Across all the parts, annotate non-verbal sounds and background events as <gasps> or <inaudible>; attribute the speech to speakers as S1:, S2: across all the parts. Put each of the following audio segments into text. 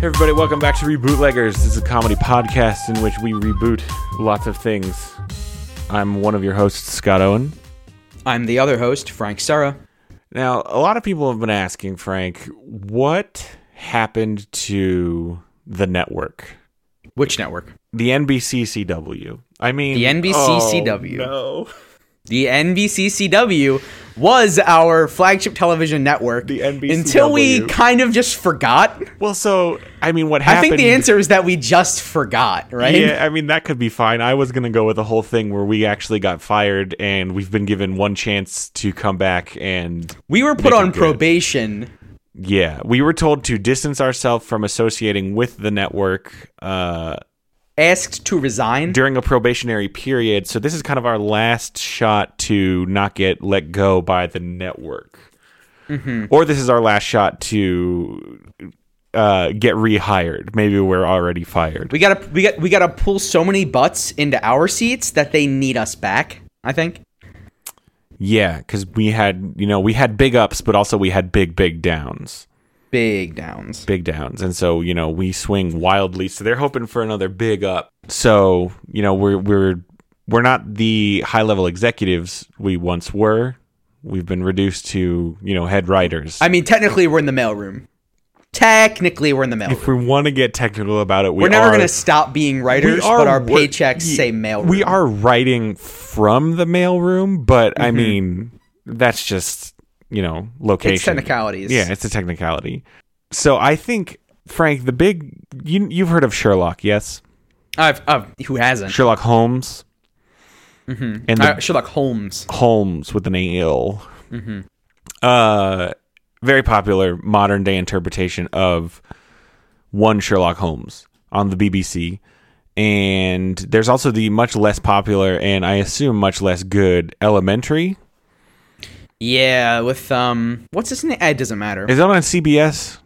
S1: Hey everybody, welcome back to Rebootleggers. This is a comedy podcast in which we reboot lots of things. I'm one of your hosts, Scott Owen.
S2: I'm the other host, Frank Serra.
S1: Now, a lot of people have been asking, Frank, what happened to the network?
S2: Which network?
S1: The NBCCW. I mean,
S2: The NBCCW.
S1: Oh, no.
S2: The NBCCW was our flagship television network
S1: The NBCW.
S2: until we kind of just forgot.
S1: Well, so, I mean, what
S2: I
S1: happened?
S2: think the answer is that we just forgot, right?
S1: Yeah, I mean that could be fine. I was gonna go with a whole thing where we actually got fired and we've been given one chance to come back and
S2: We were put
S1: Make it
S2: on
S1: good.
S2: probation.
S1: Yeah, we were told to distance ourselves from associating with the network uh,
S2: Asked to resign.
S1: during a probationary period. So this is kind of our last shot to not get let go by the network, or this is our last shot to uh, get rehired. Maybe we're already fired.
S2: we gotta, we got, we gotta pull so many butts into our seats that they need us back. I think.
S1: Yeah, because we had you know we had big ups, but also we had big big downs.
S2: Big downs.
S1: big downs and so you know we swing wildly so they're hoping for another big up so you know we're we're we're not the high level executives we once were we've been reduced to you know head writers
S2: I mean, technically, we're in the mailroom. Technically, we're in the mailroom.
S1: if we want to get technical about it we
S2: We're never
S1: are-
S2: going to stop being
S1: we
S2: writers,
S1: are
S2: but our
S1: wor-
S2: paychecks
S1: ye-
S2: say mail.
S1: we are writing from the mailroom but
S2: Mm-hmm.
S1: i mean that's just you know location
S2: It's technicalities.
S1: yeah it's a technicality so i think frank the big you, you've heard of sherlock yes
S2: I've, I've, who hasn't?
S1: Sherlock Holmes. And the
S2: Uh, Sherlock Holmes.
S1: Holmes with an A-L. Mm-hmm. Uh, very popular modern day interpretation of one Sherlock Holmes on the BBC. And there's also the much less popular and I assume much less good Elementary.
S2: Yeah, with um, what's his name? It doesn't matter.
S1: Is that on CBS?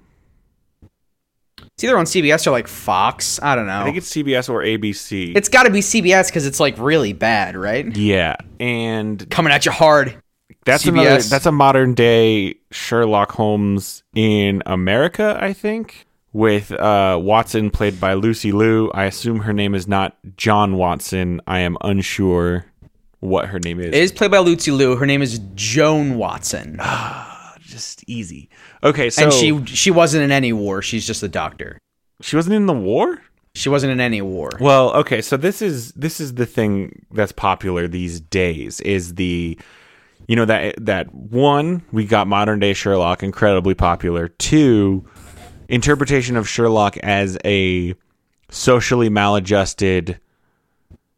S2: It's either on CBS or like Fox. I don't know.
S1: I think it's CBS or ABC.
S2: it's got to be CBS because it's like really bad, right?
S1: yeah, and
S2: Coming at you hard.
S1: That's
S2: CBS.
S1: another. That's a modern day Sherlock Holmes in America, I think, with uh, Watson played by Lucy Liu. I assume her name is not John Watson. I am unsure what her name is.
S2: It is played by Lucy Liu. Her name is Joan Watson,
S1: Oh. Just easy. Okay, so
S2: and she she wasn't in any war. She's just a doctor.
S1: she wasn't in the war.
S2: She wasn't in any war.
S1: Well, okay, so this is this is the thing that's popular these days is the you know that that one we got modern day Sherlock incredibly popular. Two, interpretation of Sherlock as a socially maladjusted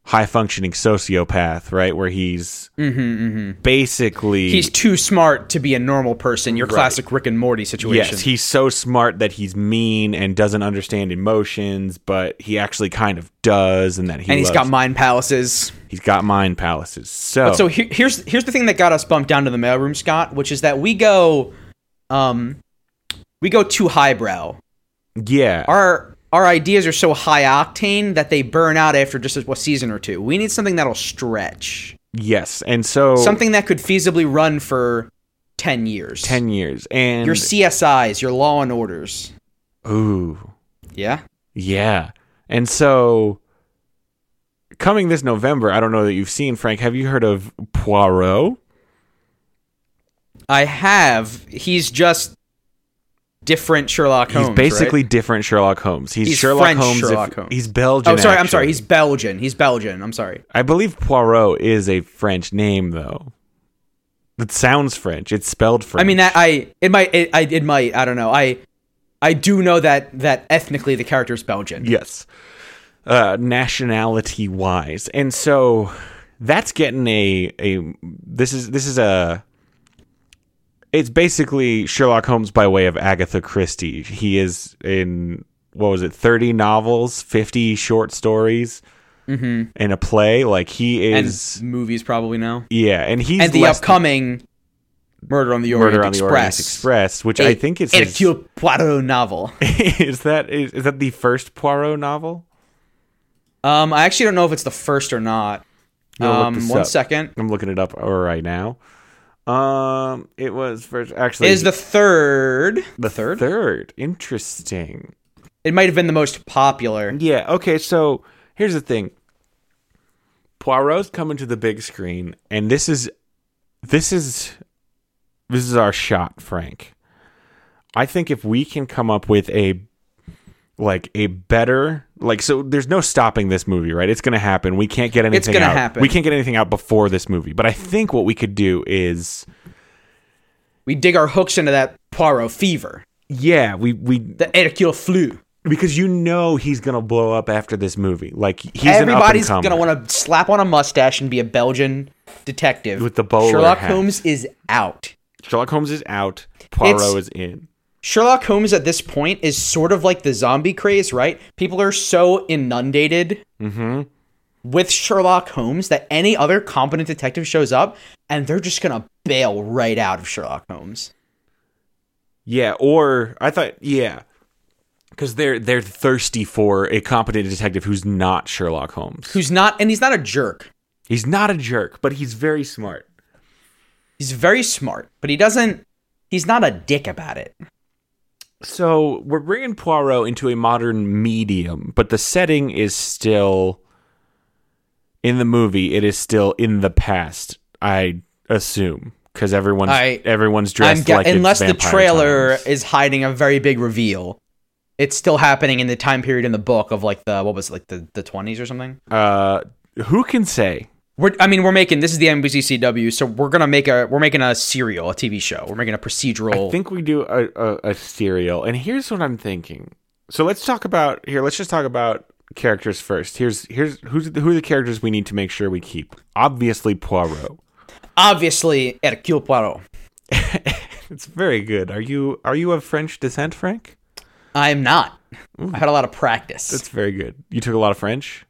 S1: high functioning sociopath, right? Where he's basically
S2: Mm-hmm, He's too smart to be a normal person. Your classic Rick and Morty situation.
S1: Yes, he's so smart that he's mean and doesn't understand emotions, but he actually kind of does, and that he
S2: and he's
S1: loves-
S2: got mind palaces.
S1: He's got mind palaces. So,
S2: So here, here's here's the thing that got us bumped down to the mailroom, Scott, which is that we go, um, we go too highbrow.
S1: yeah,
S2: Our our ideas are so high octane that they burn out after just a, a season or two. We need something that'll stretch,
S1: yes, and so
S2: something that could feasibly run for ten years.
S1: ten years and
S2: Your CSIs, your Law and Orders.
S1: ooh
S2: Yeah.
S1: yeah, and so coming this November, I don't know that you've seen Frank. Have you heard of Poirot?
S2: I have. He's just different Sherlock Holmes.
S1: he's
S2: right?
S1: basically different Sherlock Holmes. He's,
S2: He's
S1: Sherlock
S2: French
S1: Holmes. if-
S2: Sherlock Holmes.
S1: He's Belgian.
S2: Oh, sorry. I'm sorry.
S1: actually.
S2: He's Belgian. He's Belgian. I'm sorry.
S1: I believe Poirot is a French name, though. It sounds French. It's spelled French.
S2: I mean, that I it might it, I it might I don't know I I do know that that ethnically the character is Belgian.
S1: Yes. Uh, nationality wise. And so that's getting a a this is this is a it's basically Sherlock Holmes by way of Agatha Christie. He is in what was it, thirty novels, fifty short stories, mm-hmm. and a play. Like he
S2: and
S1: is,
S2: movies probably now.
S1: yeah, and he's
S2: And the
S1: less than
S2: upcoming Murder on the Orient
S1: Murder on the
S2: Express.
S1: Orient Express, which
S2: I
S1: I think it's his-
S2: Hercule Poirot novel.
S1: <laughs> is that is, is that the first Poirot novel?
S2: Um, I actually don't know if it's the first or not.
S1: I'm gonna look
S2: Um,
S1: this
S2: one
S1: up.
S2: second.
S1: I'm looking it up right now. Um, it was first actually
S2: Is the third
S1: the third? Third, interesting.
S2: It might have been the most popular.
S1: Yeah. Okay. So here's the thing. Poirot's coming to the big screen, and this is, this is, this is our shot, Frank. I think if we can come up with a, like a better, like so, there's no stopping this movie, right? It's gonna happen. We can't get anything.
S2: gonna
S1: out.
S2: happen.
S1: We can't get anything out before this movie. But I think what we could do is,
S2: We dig our hooks into that Poirot fever,
S1: yeah, we we
S2: the Hercule flu.
S1: because you know he's gonna blow up after this movie. Like he's
S2: Everybody's
S1: an up and
S2: gonna want to slap on a mustache and be a Belgian detective.
S1: With the bowler
S2: Sherlock
S1: hat.
S2: Holmes is out.
S1: Sherlock Holmes is out. Poirot
S2: It's-
S1: is in.
S2: Sherlock Holmes at this point is sort of like the zombie craze, right? People are so inundated
S1: Mm-hmm.
S2: with Sherlock Holmes that any other competent detective shows up and they're just gonna bail right out of Sherlock Holmes.
S1: Yeah, or I thought yeah, because they're they're thirsty for a competent detective who's not Sherlock Holmes.
S2: Who's not, and he's not a jerk.
S1: He's not a jerk, but he's very smart.
S2: He's very smart, but he doesn't. He's not a dick about it.
S1: So we're bringing Poirot into a modern medium, but the setting is still in the movie. It is still in the past, I assume, because everyone's
S2: I-
S1: everyone's
S2: I'm
S1: dressed
S2: ga-
S1: like it's
S2: unless the
S1: vampire
S2: trailer
S1: times.
S2: is hiding a very big reveal. It's still happening in the time period in the book of like the what was it, like the the 20s or something.
S1: Uh, who can say?
S2: We're, I mean, we're making this is the NBCCW, so we're gonna make a we're making a serial, a TV show. We're making a procedural.
S1: I think we do a, a, a serial. And here's what I'm thinking. So let's talk about here. Let's just talk about characters first. Here's here's who's who are the characters we need to make sure we keep. Obviously Poirot.
S2: Obviously, Hercule Poirot.
S1: It's very good. Are you are you of French descent, Frank?
S2: I'm not. I had a lot of practice.
S1: That's very good. You took a lot of French.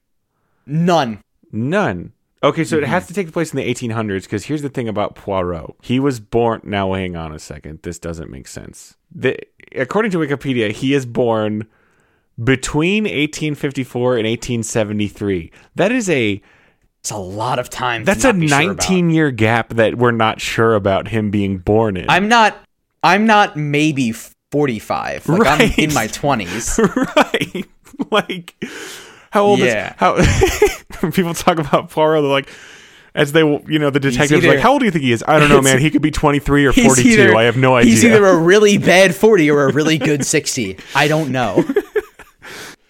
S2: None.
S1: None. Okay, so it
S2: Mm-hmm.
S1: has to take place in the 1800s because here's the thing about Poirot. He was born. Now, hang on a second. This doesn't make sense. The, according to Wikipedia, he is born between 1854 and 1873. That is a
S2: It's a lot of time. to
S1: that's a
S2: not be sure about.
S1: 19 year gap that we're not sure about him being born in.
S2: I'm not. I'm not maybe 45. Like I'm
S1: Right.
S2: in my
S1: <laughs>
S2: 20s.
S1: right. Like how <laughs> old
S2: Yeah.
S1: is how people talk about Poirot they're like as they you know the detectives
S2: either-
S1: like how old do you think he is? I <laughs> don't know man, he could be 23 or 42. I have no idea. <laughs>
S2: He's either a really bad 40 or a really good 60. I
S1: <laughs>
S2: don't know.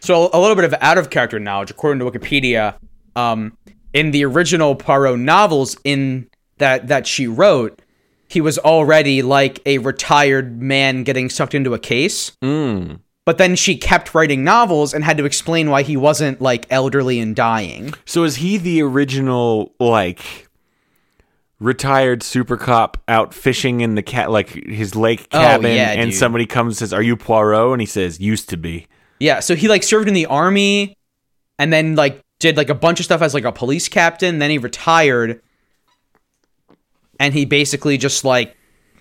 S2: so a little bit of out of character knowledge, according to Wikipedia, um, in the original Poirot novels in that that she wrote, he was already like a retired man getting sucked into a case. But then she kept writing novels and had to explain why he wasn't like elderly and dying.
S1: so is he the original like retired super cop out fishing in the cat like his lake
S2: Oh,
S1: cabin
S2: yeah,
S1: and
S2: dude.
S1: somebody comes and says are you Poirot and he says used to be.
S2: Yeah, so he like served in the army and then like did like a bunch of stuff as like a police captain, then he retired and he basically just like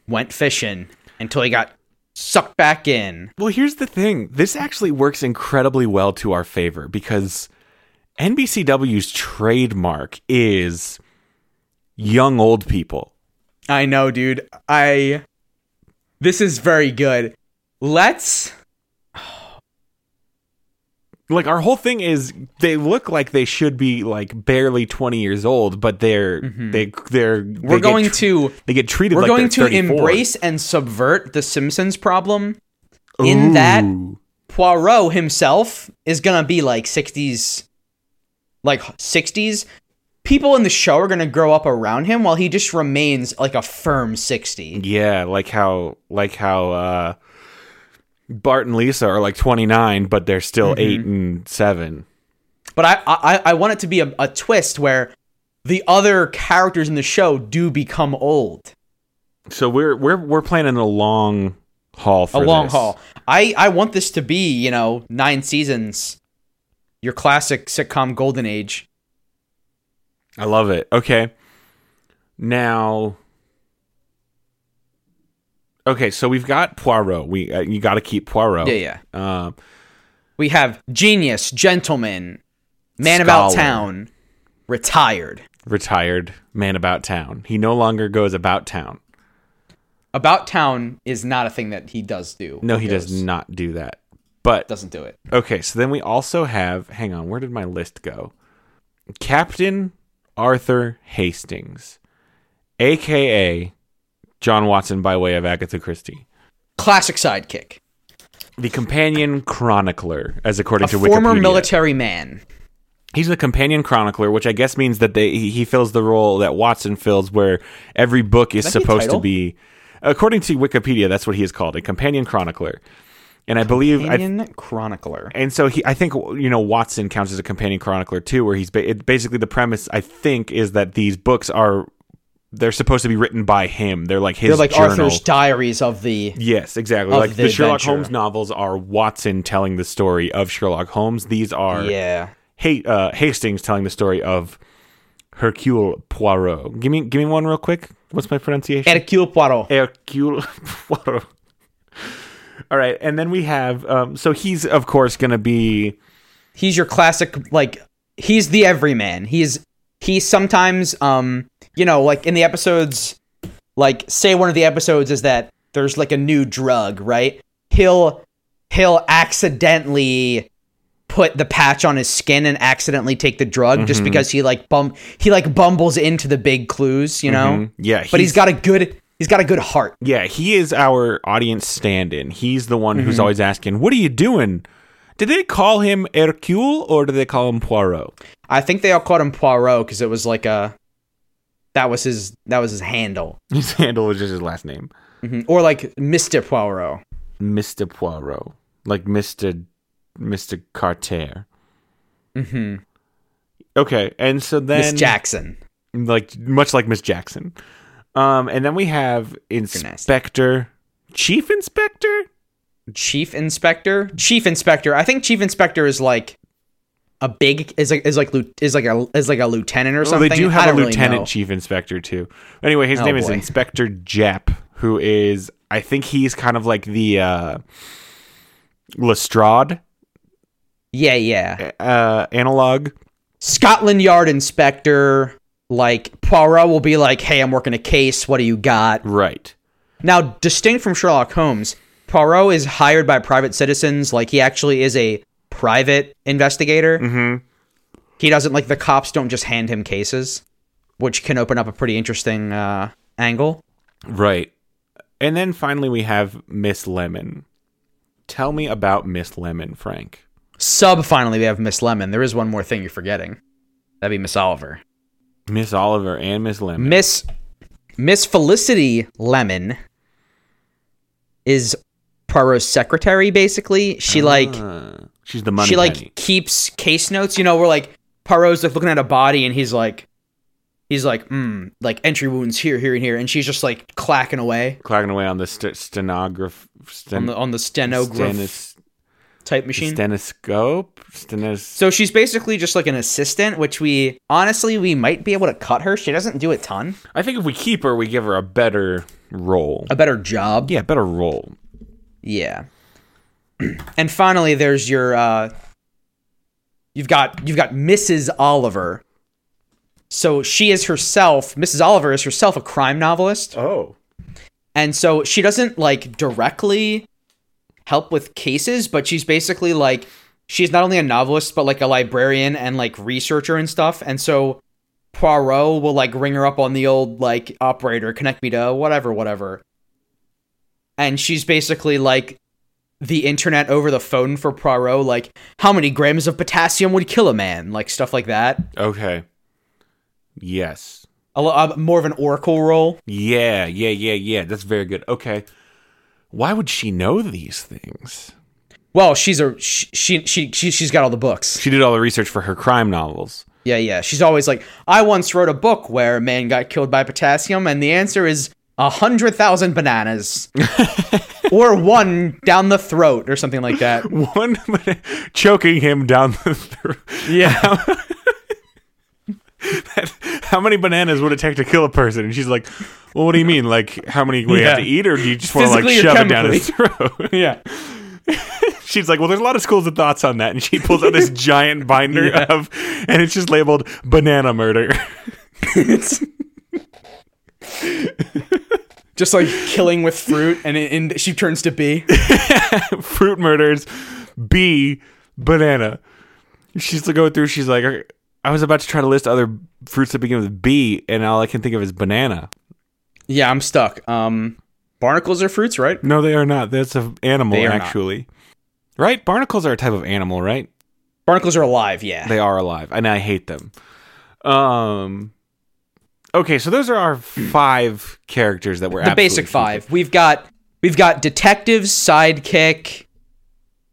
S2: went fishing until he got sucked back in.
S1: Well, here's the thing. This actually works incredibly well to our favor because NBCW's trademark is young old people.
S2: I know, dude. I This is very good. Let's
S1: Like our whole thing is they look like they should be like barely 20 years old, but they're they they're
S2: Mm-hmm. we're going to
S1: they get treated
S2: we're
S1: like
S2: going to
S1: they're 34.
S2: embrace and subvert the Simpsons problem in that
S1: Ooh.
S2: Poirot himself is gonna be like 60s, like 60s. People in the show are gonna grow up around him while he just remains like a firm 60.
S1: Yeah, like how like how uh Bart and Lisa are like 29 but they're still
S2: Mm-hmm.
S1: 8 and 7.
S2: But I, I, I want it to be a, a twist where the other characters in the show do become old.
S1: So we're we're we're planning a long haul for
S2: a long
S1: this.
S2: haul. I, I want this to be, you know, nine seasons, your classic sitcom golden age.
S1: I love it. Okay. Now Okay, so we've got Poirot. We uh, you got to keep Poirot.
S2: Yeah, yeah.
S1: Uh,
S2: We have genius, gentleman, man about
S1: Scholar.
S2: town, retired.
S1: retired man about town. He no longer goes about town.
S2: about town is not a thing that he does do.
S1: No,
S2: or
S1: he
S2: goes.
S1: does not do that. But
S2: Doesn't do it.
S1: okay, so then we also have. Hang on, where did my list go? Captain Arthur Hastings, aka John Watson, by way of Agatha Christie,
S2: Classic sidekick.
S1: the companion chronicler, as according
S2: A
S1: to
S2: former
S1: Wikipedia.
S2: military man.
S1: He's the companion chronicler, which I guess means that they he he fills the role that Watson fills, where every book is
S2: that the
S1: supposed to
S2: title?
S1: be, according to Wikipedia, that's what he is called, a companion chronicler. And I believe, I,
S2: Indian chronicler.
S1: and so he, I think you know Watson counts as a companion chronicler too, where he's ba- it, basically the premise. I think is that these books are they're supposed to be written by him. They're like his
S2: They're like
S1: journal.
S2: Arthur's diaries of the
S1: Yes, exactly.
S2: of
S1: Like the,
S2: the
S1: Sherlock
S2: adventure.
S1: Holmes novels are Watson telling the story of Sherlock Holmes. These are
S2: Yeah.
S1: Ha- uh, Hastings telling the story of Hercule Poirot. Give me, give me one real quick. What's my pronunciation?
S2: Hercule Poirot.
S1: Hercule <laughs> Poirot. All right, and then we have. Um, so he's of course going to be
S2: He's your classic like he's the everyman. He's he sometimes um you know like in the episodes like say one of the episodes is that there's like a new drug, right? He'll he'll accidentally put the patch on his skin and accidentally take the drug just because he like bum he like bumbles into the big clues, you know?
S1: mm, yeah,
S2: But he's got a good he's got a good heart.
S1: yeah, he is our audience stand-in. He's the one
S2: Mm-hmm.
S1: who's always asking, "What are you doing?" Did they call him Hercule or did they call him Poirot?
S2: I think they all called him Poirot because it was like a that was his that was his handle,
S1: His handle is just his last name,
S2: Mhm. or like Mister Poirot.
S1: Mister Poirot, like Mister Mister Carter.
S2: hmm
S1: Okay, and so then
S2: Miss Jackson.
S1: like much like Miss Jackson. Um, and then we have
S2: nasty.
S1: Inspector, Chief Inspector.
S2: Chief Inspector. Chief Inspector. I think Chief Inspector is like a big is like is like lieu- is like a is like a lieutenant or
S1: Oh,
S2: something.
S1: they do
S2: I
S1: have a
S2: don't really
S1: Lieutenant
S2: know.
S1: Chief Inspector too. Anyway, his
S2: Oh,
S1: name is
S2: boy.
S1: Inspector Jepp, who is I think he's kind of like the uh, Lestrade
S2: Yeah, yeah.
S1: uh, analog.
S2: Scotland Yard Inspector. Like Poirot will be like, "Hey, I'm working a case. What do you got?"
S1: Right.
S2: Now, distinct from Sherlock Holmes, Poirot is hired by private citizens. Like he actually is a private investigator. Mm-hmm. He doesn't like the cops don't just hand him cases, which can open up a pretty interesting uh, angle.
S1: Right. And then finally we have Miss Lemon. Tell me about Miss Lemon, Frank.
S2: Sub finally we have Miss Lemon. There is one more thing you're forgetting. That'd be Miss Oliver.
S1: Miss Oliver and Miss Lemon.
S2: Miss Miss Felicity Lemon is Poirot's secretary basically. She like
S1: Uh, she's the money.
S2: she like
S1: penny.
S2: keeps case notes. You know, we're like Poirot's like looking at a body, and he's like, he's like, mm, like entry wounds here, here, and here, and she's just like clacking away
S1: clacking away on the st- stenograph sten-
S2: on the on the stenograph
S1: stenis-
S2: type machine.
S1: stenoscope stenos-
S2: so she's basically just like an assistant, which we honestly we might be able to cut her. She doesn't do a ton,
S1: I think if we keep her, we give her a better role.
S2: a better job.
S1: yeah, better role.
S2: Yeah. <clears throat> and finally, there's your uh, you've got you've got Mrs. Oliver. So she is herself. Mrs. Oliver is herself a crime novelist.
S1: Oh,
S2: And so she doesn't like directly help with cases, but she's basically like she's not only a novelist but like a librarian and like researcher and stuff. And so Poirot will like ring her up on the old like operator, connect me to whatever, whatever. And she's basically like the internet over the phone for Poirot, like how many grams of potassium would kill a man, like stuff like that.
S1: okay. Yes.
S2: A, lo- uh, more of an oracle role.
S1: Yeah, yeah, yeah, yeah. That's very good. Okay. Why would she know these things?
S2: Well, she's a she she she, she she's got all the books.
S1: She did all the research for her crime novels. <laughs>
S2: Yeah, yeah. She's always like, I once wrote a book where a man got killed by potassium, and the answer is a hundred thousand <laughs> bananas, or one down the throat, or something like that.
S1: One choking him down the throat.
S2: <laughs> Yeah, <laughs>
S1: how many bananas would it take to kill a person? And she's like, well, what do you mean? Like, how many do we have to
S2: Yeah.
S1: eat, or do you just want to like
S2: Physically or
S1: shove it down his throat? <laughs>
S2: yeah.
S1: she's like, well, there's a lot of schools of thoughts on that, and she pulls
S2: <laughs>
S1: out this giant binder of, and it's just labeled banana murder. <laughs>
S2: Just like killing with fruit, and, it, and she turns to B.
S1: fruit murders B, banana. She's to go through. She's like, "Okay, I was about to try to list other fruits that begin with B, and all I can think of is banana.
S2: Yeah, I'm stuck. Um, barnacles are fruits, right?
S1: No, they are not. That's an animal,
S2: They are not.
S1: actually. Right? Barnacles are a type of animal, right?
S2: Barnacles are alive. Yeah.
S1: They are alive, and I hate them. Um. Okay, so those are our five characters that were
S2: the basic five. We've got we've got detective, sidekick,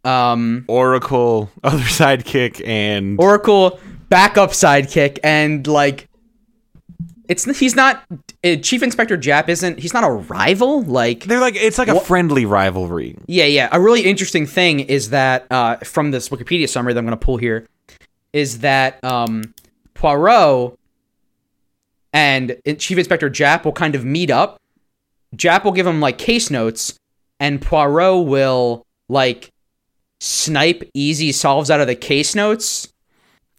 S2: um,
S1: Oracle, <laughs> other sidekick, and
S2: Oracle, backup sidekick, and like it's he's not uh, Chief Inspector Jap isn't he's not a rival like
S1: they're like it's like a friendly rivalry.
S2: Yeah, yeah. A really interesting thing is that uh, from this Wikipedia summary that I'm going to pull here is that um, Poirot and eh, Chief Inspector Jap will kind of meet up. Jap will give him like case notes, and Poirot will like snipe easy solves out of the case notes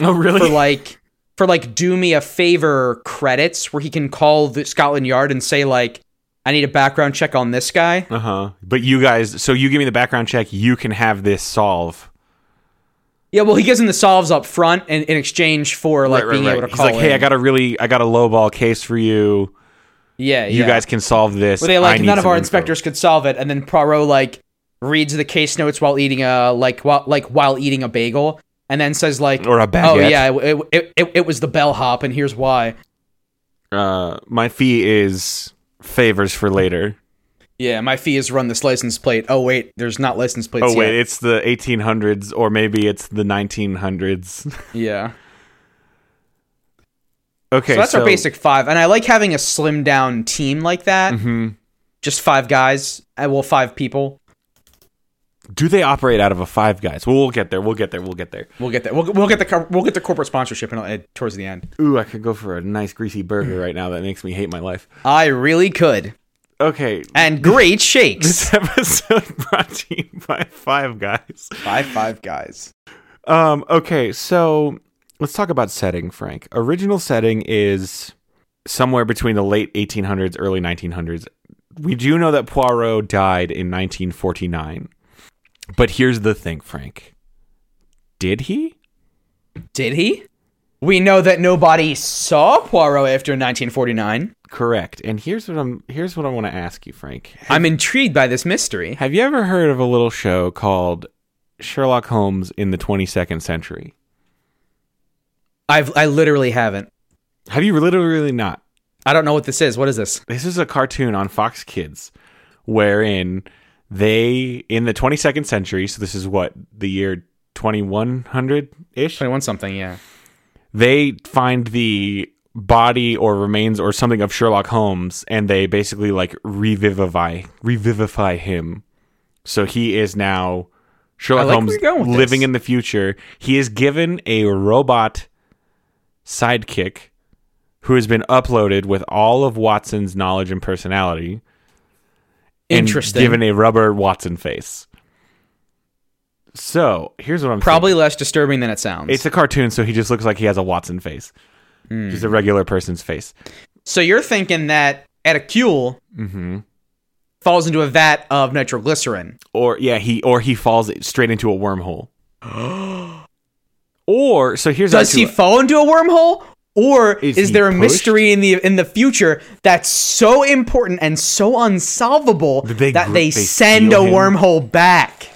S1: Oh, really? <laughs>
S2: for <laughs> like for like do me a favor credits where he can call the Scotland Yard and say like I need a background check on this guy.
S1: Uh huh. But you guys, so you give me the background check. You can have this solve.
S2: Yeah, well, he gives him the solves up front in, in exchange for like being able to
S1: He's
S2: call
S1: like, hey,
S2: in.
S1: I got a really, I got a lowball case for you.
S2: yeah,
S1: You
S2: yeah.
S1: guys can solve this.
S2: Where they like
S1: I need
S2: none of
S1: some
S2: our
S1: info."
S2: inspectors could solve it, and then Poirot like reads the case notes while eating a like while like while eating a bagel, and then says like
S1: Or a
S2: Oh
S1: baguette."
S2: yeah, it, it, it, it was the bellhop, and here's why.
S1: Uh, my fee is favors for later.
S2: Yeah, my fee is run this license plate. Oh wait, there's not license plates.
S1: Oh wait,
S2: yet.
S1: it's the 1800s, or maybe it's the 1900s.
S2: yeah.
S1: <laughs> okay,
S2: So that's our basic five, and I like having a slimmed down team like that.
S1: Mm-hmm.
S2: Just five guys, uh, well, five people.
S1: Do they operate out of a Five Guys? Well, we'll get there. We'll get there. We'll get there.
S2: We'll get that. We'll, we'll get the co- we'll get the corporate sponsorship in, uh, towards the end.
S1: Ooh, I could go for a nice greasy burger right now. That makes me hate my life.
S2: I really could. <laughs>
S1: Okay, <laughs>
S2: And great shakes.
S1: this episode brought to you by Five Guys.
S2: <laughs> Five five guys.
S1: Um, okay, so let's talk about setting, Frank. Original setting is somewhere between the late 1800s, early 1900s. We do know that Poirot died in 1949. But here's the thing, Frank. Did he?
S2: Did he? We know that nobody saw Poirot after 1949.
S1: Correct. And here's what I'm here's what I want to ask you, Frank.
S2: I'm intrigued by this mystery.
S1: Have you ever heard of a little show called Sherlock Holmes in the 22nd Century?
S2: I've I literally haven't.
S1: Have you literally not?
S2: I don't know what this is. What is this?
S1: this is a cartoon on Fox Kids wherein they in the 22nd century so this is what the year 2100 ish
S2: 21 something, yeah.
S1: they find the body or remains or something of Sherlock Holmes and they basically like revivify revivify him so he is now Sherlock
S2: I like
S1: Holmes
S2: where you're going with
S1: living
S2: this.
S1: in the future he is given a robot sidekick who has been uploaded with all of Watson's knowledge and personality and
S2: Interesting.
S1: given a rubber Watson face. So here's what I'm thinking.
S2: Probably less disturbing than it sounds.
S1: It's a cartoon, so he just looks like he has a Watson face,
S2: Hmm.
S1: just a regular person's face.
S2: so you're thinking that Etacule
S1: Mm-hmm.
S2: falls into a vat of nitroglycerin.
S1: Or yeah, he or he falls straight into a wormhole. <gasps> or so here's
S2: Does he
S1: actually-
S2: fall into a wormhole? Or
S1: Is
S2: is,
S1: he
S2: there a
S1: pushed?
S2: mystery in the in the future that's so important and so unsolvable
S1: Did they
S2: that
S1: gr-
S2: they,
S1: they
S2: send a
S1: steal him?
S2: wormhole back?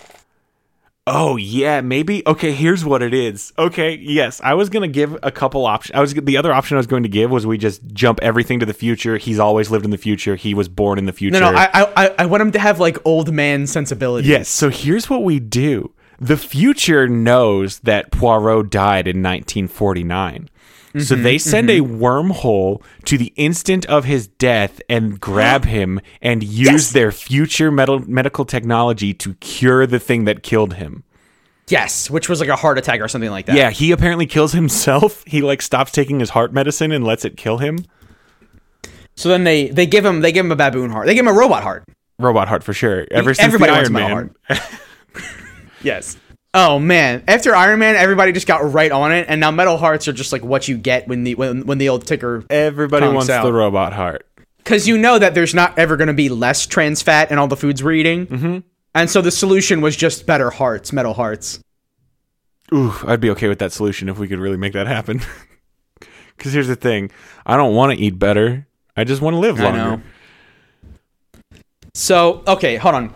S1: Oh yeah, maybe. Okay, here's what it is. Okay, yes, I was gonna give a couple options. I was the other option I was going to give was we just jump everything to the future. He's always lived in the future. He was born in the future.
S2: No, no, I, I I- I want him to have like old man sensibilities.
S1: Yes, so here's what we do. The future knows that Poirot died in 1949.
S2: Mm-hmm,
S1: so they send a wormhole to the instant of his death and grab him and use their future metal, medical technology to cure the thing that killed him.
S2: Yes, which was like a heart attack or something like that.
S1: Yeah, he apparently kills <laughs> himself. He like stops taking his heart medicine and lets it kill him.
S2: So then they they give him they give him a baboon heart. They give him a robot heart.
S1: Robot heart for sure. Ever since
S2: Everybody
S1: the
S2: wants
S1: Iron Man.
S2: metal heart. <laughs> yes. Oh man! After Iron Man, everybody just got right on it, and now metal hearts are just like what you get when the when, when the old ticker
S1: Everybody
S2: Tongues
S1: wants
S2: out.
S1: the robot heart.
S2: Because you know that there's not ever going to be less trans fat in all the foods we're eating. Mm-hmm. And so the solution was just better hearts, metal hearts.
S1: Ooh, I'd be okay with that solution if we could really make that happen. <laughs> Because here's the thing I don't want to eat better. I just want to live longer.
S2: know. So, okay, hold on.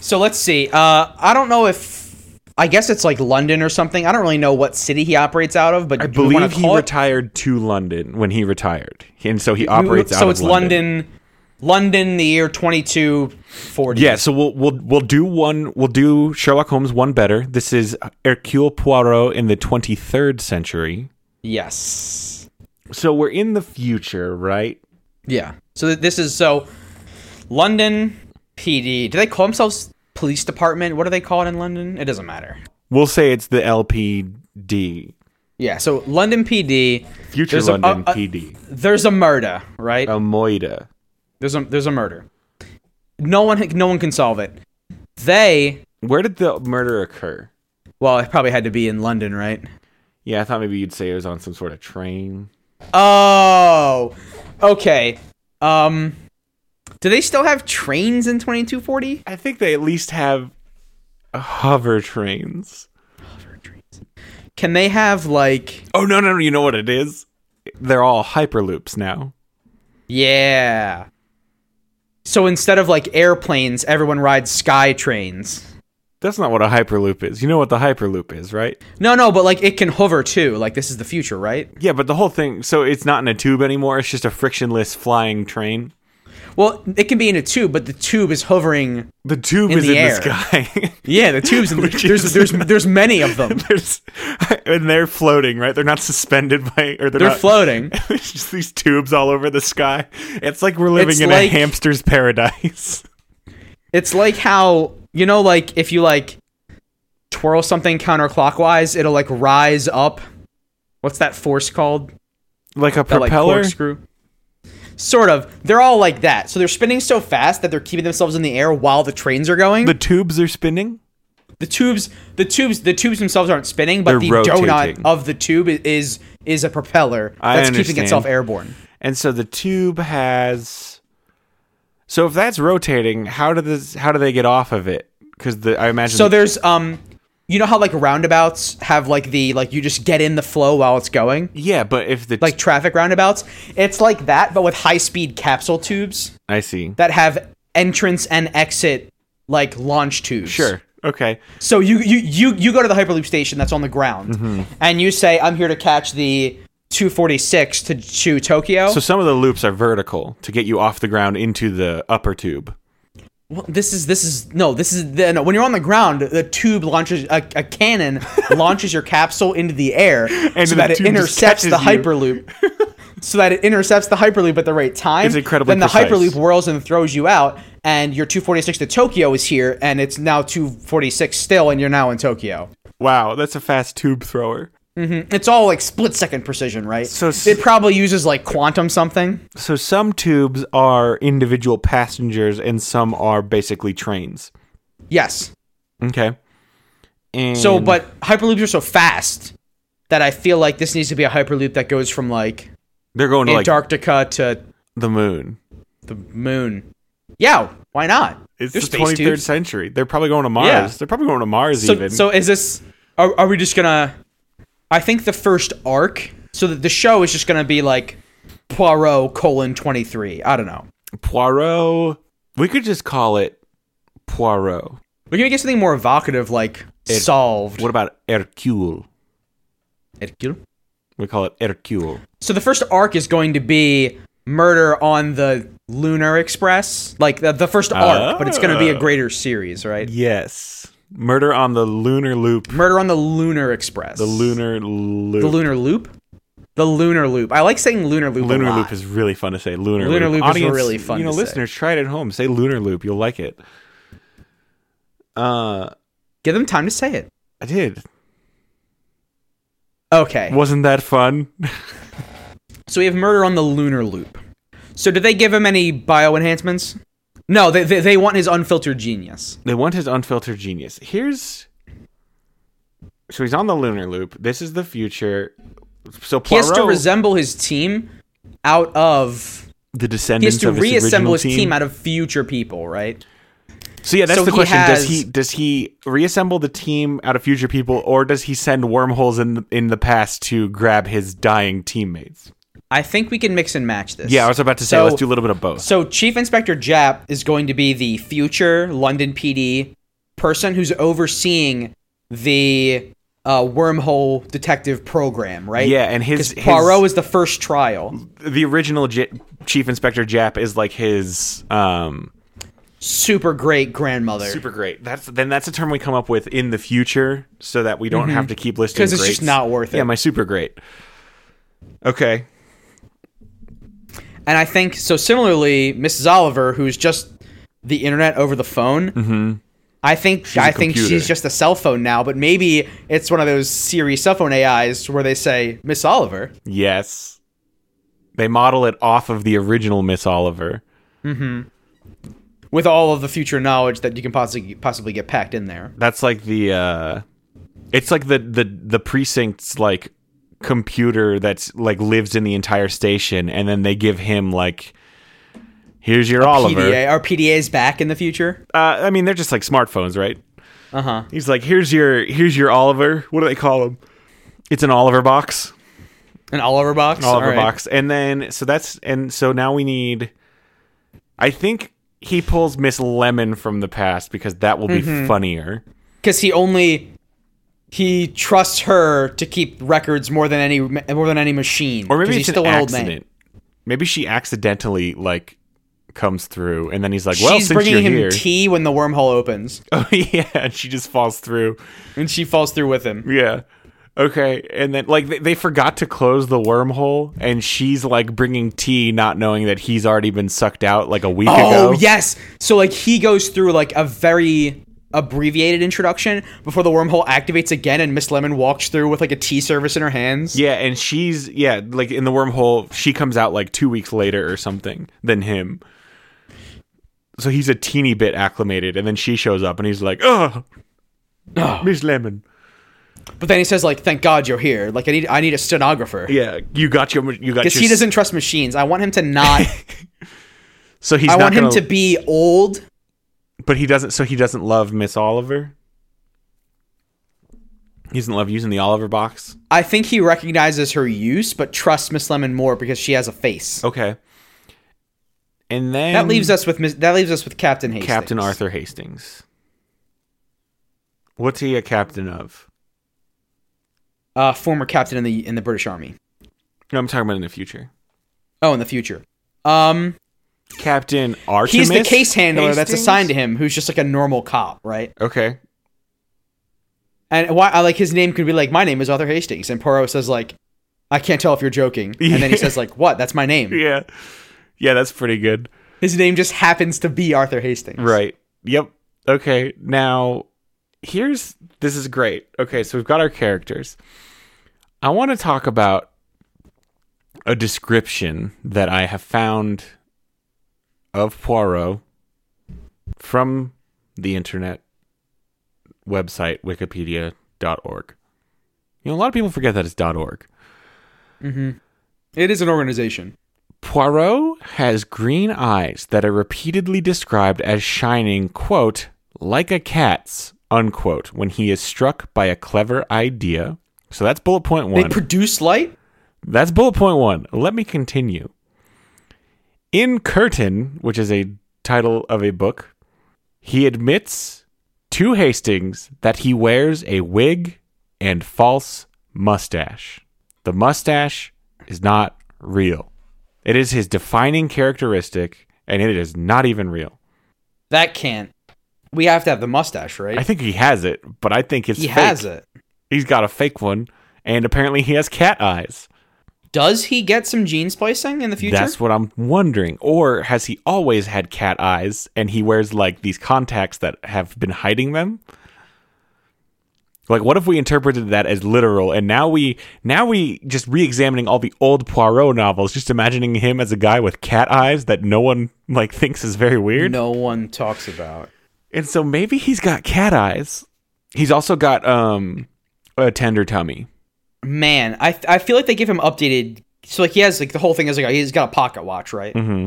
S2: So let's see. Uh, I don't know if I guess it's like London or something. I don't really know what city he operates out of, but
S1: I believe he retired to London when he retired. And so he operates out
S2: So
S1: of
S2: it's London, London, the year twenty two forty.
S1: Yeah, so we'll we'll we'll do one we'll do Sherlock Holmes one better. This is Hercule Poirot in the 23rd century.
S2: Yes.
S1: So we're in the future, right?
S2: Yeah. So th- this is so London PD. Do they call themselves police department? What do they call it in London? It doesn't matter.
S1: We'll say it's the LPD.
S2: Yeah. So London PD.
S1: Future
S2: There's a-
S1: London
S2: a- a-
S1: PD.
S2: There's a murder, right?
S1: A moida.
S2: There's a there's a murder. No one no one can solve it. They
S1: Where did the murder occur?
S2: well, it probably had to be in London, right?
S1: Yeah, I thought maybe you'd say it was on some sort of train.
S2: Oh, okay. Um, do they still have trains in 2240?
S1: I think they at least have uh, hover trains.
S2: Can they have like
S1: Oh no, no, no, you know what it is? They're all hyperloops now.
S2: yeah? So instead of like airplanes, everyone rides sky trains.
S1: That's not what a hyperloop is. You know what the hyperloop is, right?
S2: No, no, but like it can hover too. Like this is the future, right?
S1: Yeah, but the whole thing so it's not in a tube anymore, it's just a frictionless flying train.
S2: Well, it can be in a tube, but the tube is hovering.
S1: The tube
S2: In
S1: is
S2: the
S1: in
S2: air.
S1: the sky. <laughs>
S2: Yeah, the tubes. In the,
S1: Which
S2: there's
S1: is- <laughs>
S2: there's there's many of them.
S1: There's, <laughs> and they're floating, right? They're not suspended by or they're,
S2: They're
S1: not,
S2: floating.
S1: <laughs> It's just these tubes all over the sky. It's like we're living
S2: It's
S1: in a
S2: like-
S1: hamster's paradise. <laughs>
S2: It's like how you know, like if you like twirl something counterclockwise, it'll like rise up. What's that force called?
S1: like a
S2: That, like
S1: propeller.
S2: corkscrew. Sort of. They're all like that. So they're spinning so fast that they're keeping themselves in the air while the trains are going.
S1: the
S2: The,
S1: tubes are spinning.
S2: tubes, the tubes, the tubes themselves aren't spinning, but
S1: They're
S2: the
S1: rotating.
S2: donut of the tube i- is is a propeller
S1: I
S2: that's
S1: understand.
S2: keeping itself airborne.
S1: And so the tube has So if that's rotating, how do this how do they get off of it? Cuz the I imagine
S2: So there's um, you know how like roundabouts have like the like you just get in the flow while it's going.
S1: Yeah, but if the
S2: like traffic roundabouts. It's like that, but with high speed capsule tubes
S1: I see.
S2: that have entrance and exit like launch tubes.
S1: Sure. Okay.
S2: So you you you you go to the hyperloop station that's on the ground,
S1: Mm-hmm.
S2: and you say, "I'm here to catch the 246 to to Tokyo."
S1: So some of the loops are vertical to get you off the ground into the upper tube.
S2: Well, this is this is no this is the, no, when you're on the ground, the tube launches a,
S1: <laughs>
S2: a cannon launches your capsule into the air so
S1: the
S2: that it
S1: tube just
S2: intercepts the
S1: catches you.
S2: hyperloop.
S1: <laughs>
S2: so that it intercepts the hyperloop at the right time.
S1: It's incredibly
S2: Then the
S1: precise.
S2: hyperloop whirls and throws you out, and your 246 to Tokyo is here, and it's now 246 still, and you're now in Tokyo.
S1: Wow, that's a fast tube thrower.
S2: It's all like split second precision, right?
S1: So s-
S2: it probably uses like quantum something.
S1: So some tubes are individual passengers and some are basically trains.
S2: Yes.
S1: Okay. And
S2: So, but hyperloops are so fast that I feel like this needs to be a hyperloop that goes from like
S1: they're going to like
S2: Antarctica to
S1: the moon.
S2: the moon. Yeah, why not?
S1: It's
S2: There's
S1: the
S2: space
S1: 23rd
S2: tubes.
S1: century. They're probably going to Mars.
S2: Yeah.
S1: They're probably going to Mars
S2: So,
S1: even.
S2: so is this? Are, are we just gonna? I think the first arc. So that the show is just gonna be like Poirot colon twenty three. I don't know.
S1: Poirot, we could just call it Poirot.
S2: We're gonna get something more evocative, like solved.
S1: What about Hercule? We call it Hercule.
S2: So the first arc is going to be murder on the Lunar Express, like the, the first arc, but it's gonna be
S1: Ah.
S2: a greater series, right?
S1: Yes. Murder on the lunar loop.
S2: Murder on the Lunar Express.
S1: The lunar loop.
S2: The lunar loop. The lunar loop. I like saying lunar loop.
S1: Lunar
S2: a lot.
S1: loop is really fun to say. Lunar,
S2: Lunar
S1: loop,
S2: loop is really fun
S1: You know,
S2: to say.
S1: listeners, try it at home. Say lunar loop. You'll like it. Uh,
S2: Give them time to say it.
S1: I did.
S2: Okay.
S1: Wasn't that fun?
S2: So we have murder on the lunar loop. So did they give him any bio enhancements? No, they, they, they want his unfiltered genius.
S1: they want his unfiltered genius. Here's. So he's on the lunar loop. This is the future. So
S2: He
S1: Poirot,
S2: has to resemble his team out of.
S1: the
S2: He has
S1: descendants
S2: to
S1: of his original
S2: reassemble his team.
S1: team.
S2: out of future people, right?
S1: So yeah, that's
S2: So
S1: the
S2: he
S1: question.
S2: has-
S1: does he does he reassemble the team out of future people, or does he send wormholes in the, in the past to grab his dying teammates?
S2: I think we can mix and match this.
S1: Yeah, I was about to say
S2: So-
S1: let's do a little bit of both.
S2: So Chief Inspector Japp is going to be the future London PD person who's overseeing the uh, wormhole detective program, right?
S1: Yeah, and his-
S2: 'Cause
S1: his-
S2: Poirot is the first trial.
S1: the original J- Chief Inspector Japp is like his um,
S2: Super great grandmother.
S1: super great. That's then that's a term we come up with in the future, so that we don't have to keep listing
S2: Mm-hmm. 'Cause it's just
S1: greats.
S2: not worth it.
S1: Yeah, my super great. Okay,
S2: And I think so. Similarly, Mrs. Oliver, who's just the internet over the phone. I think
S1: Mm-hmm. a
S2: I think
S1: computer.
S2: she's just a cell phone now, but maybe it's one of those Siri cell phone AIs where they say Miss Oliver.
S1: yes, they model it off of the original Miss Oliver.
S2: with all of the future knowledge that you can possibly possibly get packed in there.
S1: That's like the uh it's like the the the precinct's like computer that's like lives in the entire station and then they give him like here's your Oliver.
S2: PDA, are PDAs back in the future?
S1: Uh I mean they're just like smartphones, right?
S2: Uh huh.
S1: He's like here's your here's your Oliver. What do they call him? It's an Oliver box.
S2: An Oliver box.
S1: Oliver
S2: All right.
S1: box. And then so that's and so now we need I think he pulls Miss Lemon from the past because that will
S2: Mm-hmm.
S1: be funnier.
S2: Because he only he trusts her to keep records more than any more than any machine.
S1: Or maybe
S2: 'cause
S1: it's
S2: he's
S1: an
S2: still an old
S1: accident.
S2: man.
S1: Maybe she accidentally like comes through, and then he's like, "Well,
S2: She's
S1: since you're
S2: bringing him
S1: here,
S2: tea when the wormhole opens,
S1: <laughs> oh yeah," and she just falls through.
S2: and she falls through with him.
S1: Yeah, okay. And then like they, they forgot to close the wormhole, and she's like bringing tea, not knowing that he's already been sucked out like a week ago.
S2: Oh yes. So like he goes through like a very abbreviated introduction before the wormhole activates again, and Miss Lemon walks through with like a tea service in her hands.
S1: Yeah, and she's yeah, like in the wormhole, she comes out like two weeks later or something than him. So he's a teeny bit acclimated, and then she shows up, and he's like, "Oh, Miss Lemon."
S2: But then he says like, "Thank God you're here." Like I need I need a stenographer
S1: Yeah, you got your you got your.
S2: because he doesn't trust machines. I want him
S1: <laughs>
S2: to not.
S1: So he's
S2: I
S1: not
S2: want him
S1: gonna-
S2: to be old.
S1: but he doesn't. So he doesn't love Miss Oliver. He doesn't love using the Oliver box.
S2: I think he recognizes her use, but trusts Miss Lemon more because she has a face.
S1: Okay. And then
S2: That leaves us with Miss, that leaves us with Captain Hastings.
S1: Captain Arthur Hastings. What's he a captain of?
S2: uh, former captain in the in the British Army.
S1: No, I'm talking about in the future.
S2: Oh, in the future. Um,
S1: Captain Artemis.
S2: he's the case handler that's assigned to him, who's just like a normal cop, right?
S1: Okay.
S2: And why I like his name could be like, "My name is Arthur Hastings," and Poirot says like, "I can't tell if you're joking," and
S1: <laughs>
S2: then he says like, "What? That's my name."
S1: Yeah. Yeah, that's pretty good.
S2: His name just happens to be Arthur Hastings.
S1: Right. Yep. Okay. Now, here's this is great. Okay, so we've got our characters. I want to talk about a description that I have found of Poirot from the internet website wikipedia.org. You know, a lot of people forget that it's .org.
S2: It is an organization.
S1: Poirot has green eyes that are repeatedly described as shining, quote, like a cat's, unquote, when he is struck by a clever idea. So that's bullet point
S2: They
S1: one.
S2: produce light?
S1: that's bullet point one. Let me continue. In Curtain, which is a title of a book, he admits to Hastings that he wears a wig and false mustache. The mustache is not real. It is his defining characteristic, and it is not even real.
S2: That can't. We have to have the mustache, right?
S1: I think he has it, but I think it's
S2: he
S1: fake.
S2: has it.
S1: He's got a fake one, and apparently he has cat eyes.
S2: Does he get some gene splicing in the future?
S1: That's what I'm wondering. Or has he always had cat eyes and he wears like these contacts that have been hiding them? Like what if we interpreted that as literal and now we now we just re-examining all the old Poirot novels, just imagining him as a guy with cat eyes that no one like thinks is very weird.
S2: no one talks about.
S1: And so maybe he's got cat eyes. He's also got um a tender tummy.
S2: Man, I I feel like they give him updated. So like he has like the whole
S1: Mm.
S2: thing is like he's got a pocket watch, right?
S1: Mm-hmm.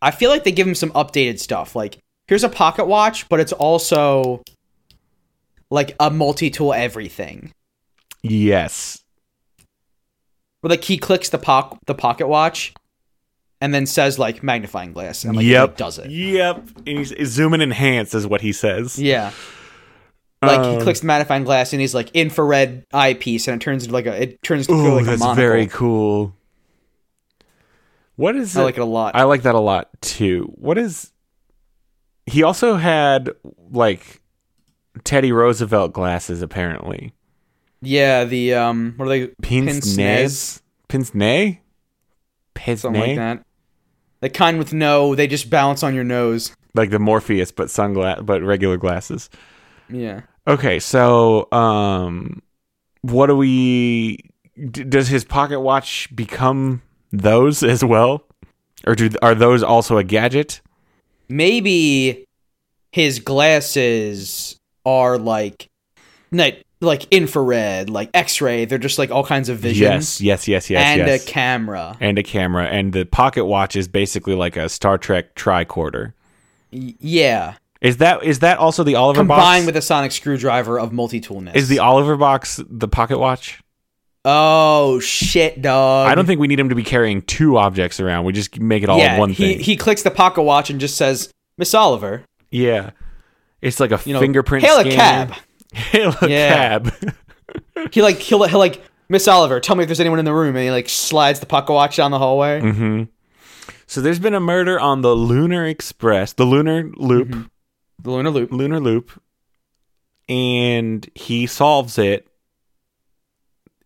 S2: I feel like they give him some updated stuff. Like here's a pocket watch, but it's also like a multi-tool everything.
S1: Yes.
S2: Where like he clicks the poc- the pocket watch, and then says like magnifying glass, and like it,
S1: yep.
S2: like, does it?
S1: Yep. And he's, zoom and enhance is what he says.
S2: Yeah. Like
S1: Um,
S2: he clicks the magnifying glass, and he's like infrared eyepiece, and it turns into like a it turns to
S1: Ooh,
S2: like a
S1: that's
S2: monocle.
S1: very cool. What is
S2: I
S1: it-
S2: like it a lot.
S1: I like that a lot too. What is he also had like Teddy Roosevelt glasses apparently.
S2: yeah, the um, what are they?
S1: Pince nez. Pince nez? Pince
S2: something like
S1: nez?
S2: that. The kind with no, they just bounce on your nose.
S1: Like the Morpheus but sunglass but regular glasses.
S2: Yeah.
S1: Okay, so um what do we d- does his pocket watch become those as well? Or do are those also a gadget?
S2: Maybe his glasses are like night like infrared, like x-ray, they're just like all kinds of vision.
S1: Yes, yes, yes, yes,
S2: and
S1: yes.
S2: a camera.
S1: and a camera and the pocket watch is basically like a Star Trek tricorder.
S2: Y- yeah.
S1: Is that is that also the Oliver box?
S2: Combined with a sonic screwdriver of multi-toolness.
S1: is the Oliver box the pocket watch?
S2: Oh shit, dog.
S1: I don't think we need him to be carrying two objects around. We just make it all
S2: yeah,
S1: one
S2: he,
S1: thing.
S2: he clicks the pocket watch and just says, Miss Oliver,
S1: yeah. It's like a
S2: you know,
S1: fingerprint
S2: hail
S1: scanner. <laughs>
S2: a cab.
S1: Hail a
S2: Yeah.
S1: cab. <laughs>
S2: He like he'll, he'll like Miss Oliver, tell me if there's anyone in the room, and he like slides the pocket watch down the hallway.
S1: hmm So there's been a murder on the Lunar Express, the Lunar Loop,
S2: Mm-hmm. The lunar loop.
S1: Lunar Loop, and he solves it.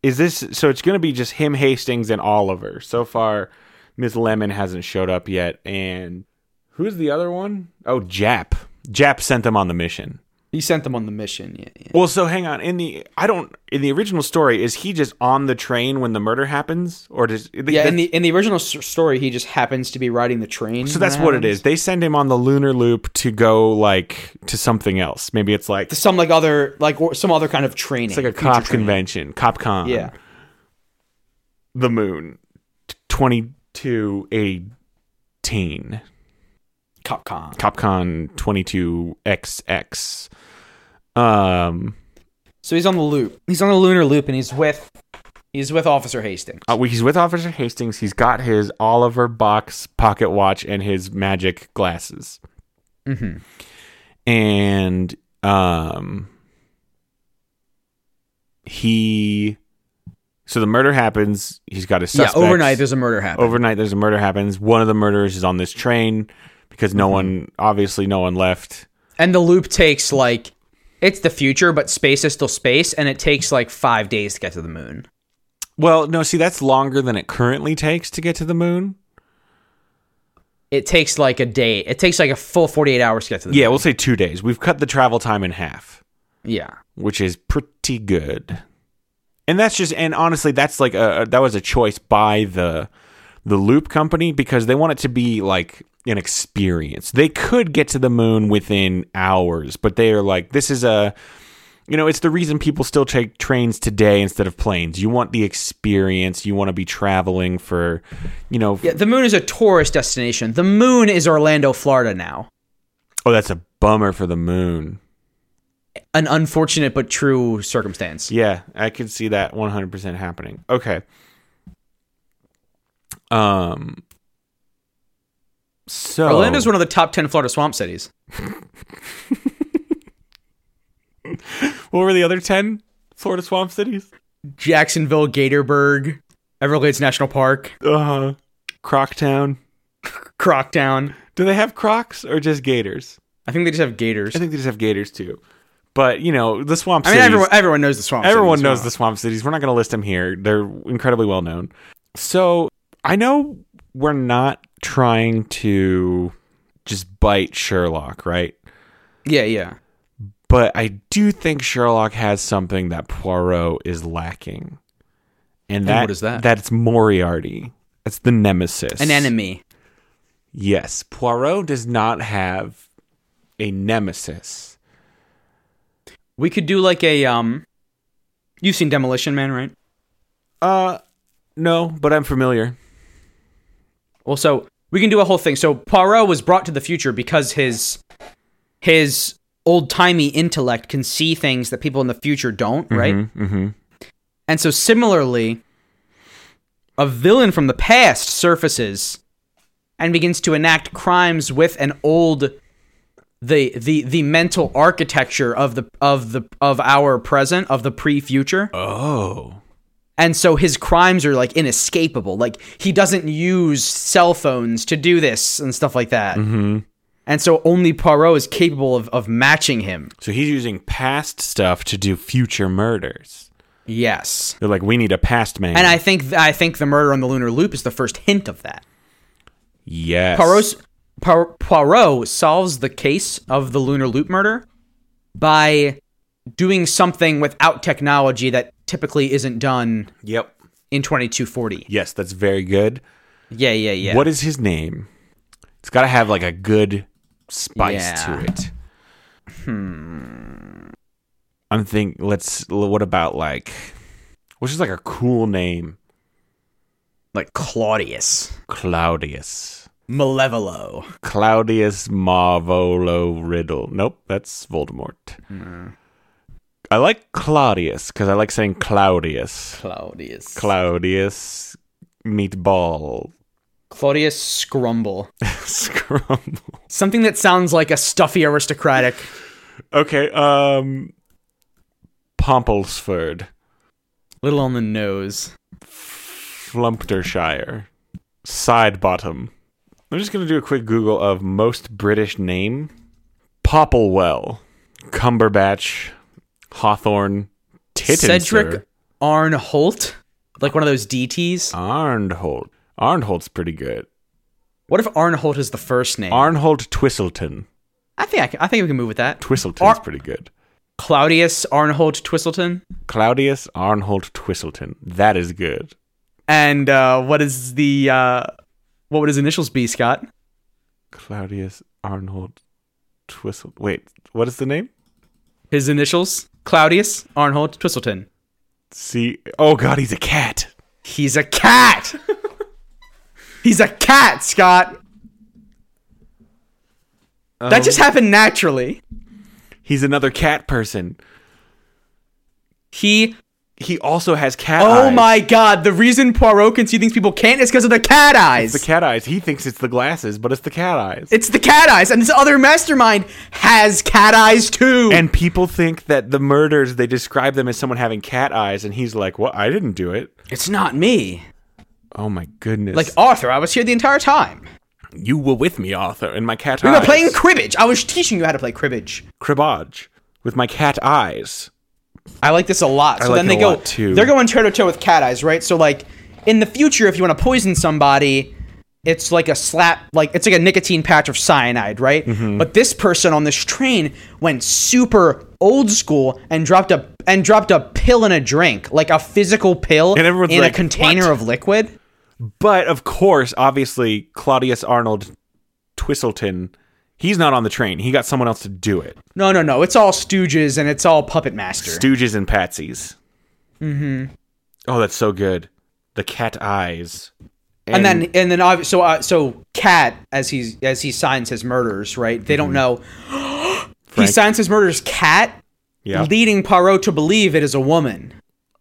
S1: Is this so? It's going to be just him, Hastings, and Oliver. So far, Miss Lemon hasn't showed up yet, and who's the other one? Oh, Jap. Jap sent them on the mission.
S2: He sent them on the mission. Yeah, yeah.
S1: Well, so hang on. In the I don't in the original story, is he just on the train when the murder happens, or does
S2: yeah in the in the original s- story, he just happens to be riding the train.
S1: So that's
S2: when
S1: what it
S2: happens.
S1: is. They send him on the lunar loop to go like to something else. Maybe it's like
S2: To
S1: it's
S2: some like other like or some other kind of training.
S1: like a
S2: future
S1: cop
S2: training.
S1: convention, CopCon.
S2: Yeah,
S1: the moon, twenty two eighteen,
S2: cop con.
S1: CopCon twenty two XX. Um,
S2: So he's on the loop. He's on the lunar loop, and he's with he's with Officer Hastings.
S1: uh, he's with Officer Hastings. He's got his Oliver box pocket watch and his magic glasses.
S2: hmm
S1: and um he so the murder happens he's got his
S2: Yeah,
S1: suspects.
S2: overnight there's a murder happen.
S1: overnight there's a murder happens one of the murderers is on this train because no one obviously no one left
S2: and the loop takes like it's the future, but space is still space, and it takes like five days to get to the moon.
S1: well no see that's longer than it currently takes to get to the moon
S2: It takes like a day. It takes like a full forty eight hours to get to the
S1: yeah we'll say two days we've cut the travel time in half
S2: moon. Yeah.
S1: which is pretty good. And that's just and honestly that's like a that was a choice by the the loop company because they want it to be like an experience. They could get to the moon within hours, but they are like this is a you know, it's the reason people still take trains today instead of planes. You want the experience, you want to be traveling for you know
S2: Yeah, the moon is a tourist destination. The moon is Orlando, Florida now.
S1: oh that's a bummer for the moon.
S2: An unfortunate but true circumstance.
S1: Yeah, I could see that 100% happening. Okay. Um so
S2: Orlando's one of the top 10 Florida swamp cities.
S1: what were the other 10 Florida swamp cities?
S2: Jacksonville, Gatorburg, Everglades National Park,
S1: Uh-huh. Croctown.
S2: Croctown.
S1: Do they have crocs or just gators?
S2: I think they just have gators.
S1: I think they just have gators too. But, you know, the swamp
S2: I mean,
S1: cities.
S2: everyone, everyone knows the swamp
S1: Everyone
S2: cities.
S1: knows the swamp cities. We're not going to list them here. They're incredibly well known. So I know we're not trying to just bite Sherlock, right?
S2: Yeah, yeah.
S1: But I do think Sherlock has something that Poirot is lacking. And, that,
S2: what is that?
S1: That's Moriarty. That's the nemesis.
S2: An enemy.
S1: Yes. Poirot does not have a nemesis.
S2: We could do like a um. You've seen Demolition Man, right?
S1: Uh, no, but I'm familiar.
S2: Well, so we can do a whole thing. So Poirot was brought to the future because his his old timey intellect can see things that people in the future don't, right?
S1: Mm-hmm.
S2: And so similarly, a villain from the past surfaces and begins to enact crimes with an old the the the mental architecture of the of the of our present of the pre-future.
S1: Oh.
S2: And so his crimes are like inescapable. Like he doesn't use cell phones to do this and stuff like that. And so only Poirot is capable of, of matching him.
S1: So he's using past stuff to do future murders.
S2: Yes.
S1: They're like, we need a past man.
S2: And I think th- I think the murder on the lunar loop is the first hint of that.
S1: yes.
S2: Poirot's, Poir- Poirot solves the case of the lunar loop murder by doing something without technology that typically isn't done
S1: Yep.
S2: in 2240.
S1: Yes, that's very good.
S2: Yeah, yeah, yeah.
S1: What is his name? It's got to have like a good spice
S2: Yeah.
S1: to it. Hmm. I'm think. Let's. What about like? Which is like a cool name,
S2: like Claudius
S1: Claudius.
S2: Malevolo.
S1: Claudius Marvolo Riddle. Nope, that's Voldemort. I like Claudius because I like saying Claudius.
S2: Claudius.
S1: Claudius meatball <laughs>
S2: Claudius Scrumble.
S1: scrumble.
S2: Something that sounds like a stuffy aristocratic.
S1: Okay, um, Pomplesford.
S2: little on the nose.
S1: Flumptershire. Side bottom. I'm just going to do a quick Google of most British name Popplewell, Cumberbatch, Hawthorne, Tittenser,
S2: Cedric Arnholt? Like one of those
S1: Uh,
S2: DTs?
S1: Arnhold. Arnhold's pretty good.
S2: What if Arnholt is the first name?
S1: Arnhold Twistleton.
S2: I think I, can, I think we can move with that.
S1: Twistleton's
S2: Ar-
S1: pretty good.
S2: Claudius Arnhold Twistleton.
S1: Claudius Arnhold Twistleton. That is good.
S2: And uh, what is the uh, what would his initials be, Scott?
S1: Claudius Arnhold Twistle. Wait, what is the name?
S2: His initials? Claudius Arnhold Twistleton.
S1: See, oh god, he's a cat.
S2: He's
S1: <laughs>
S2: a cat. He's a cat, Scott. that just
S1: Um,
S2: happened naturally.
S1: He's another cat person.
S2: He
S1: He also has cat eyes.
S2: Oh my god, the reason Poirot can see things people can't is because of the cat eyes.
S1: The cat eyes. He thinks it's the glasses, but it's the cat eyes.
S2: It's the cat eyes, and this other mastermind has cat eyes too.
S1: and people think that the murders they describe them as someone having cat eyes, and he's like, "What? I didn't do it."
S2: it's not me.
S1: Oh my goodness!
S2: Like Arthur, I was here the entire time.
S1: you were with me, Arthur, and my cat
S2: We
S1: eyes.
S2: were playing cribbage. I was teaching you how to play cribbage.
S1: cribbage with my cat eyes.
S2: I like this a lot. So
S1: like
S2: then
S1: it
S2: they
S1: a
S2: go
S1: lot, too.
S2: They're going toe to toe with cat eyes, right? So like in the future, if you want to poison somebody, it's like a slap, like it's like a nicotine patch of cyanide, right?
S1: Mm-hmm.
S2: But this person on this train went super old school and dropped a and dropped a pill in a drink, like a physical pill
S1: And everyone's
S2: in
S1: like,
S2: a container
S1: "What?"
S2: of liquid.
S1: But of course, obviously, Claudius Arnold Twistleton, he's not on the train. He got someone else to do it.
S2: No, no, no. It's all Stooges and it's all Puppet Master.
S1: Stooges and Patsies. Mm-hmm. Oh, that's so good. The cat eyes.
S2: and then and then obvi- so uh, so cat as he's as he signs his murders right they don't know <gasps> he
S1: Mm-hmm. Frank.
S2: signs his murders cat
S1: yeah.
S2: leading Poirot to believe it is a woman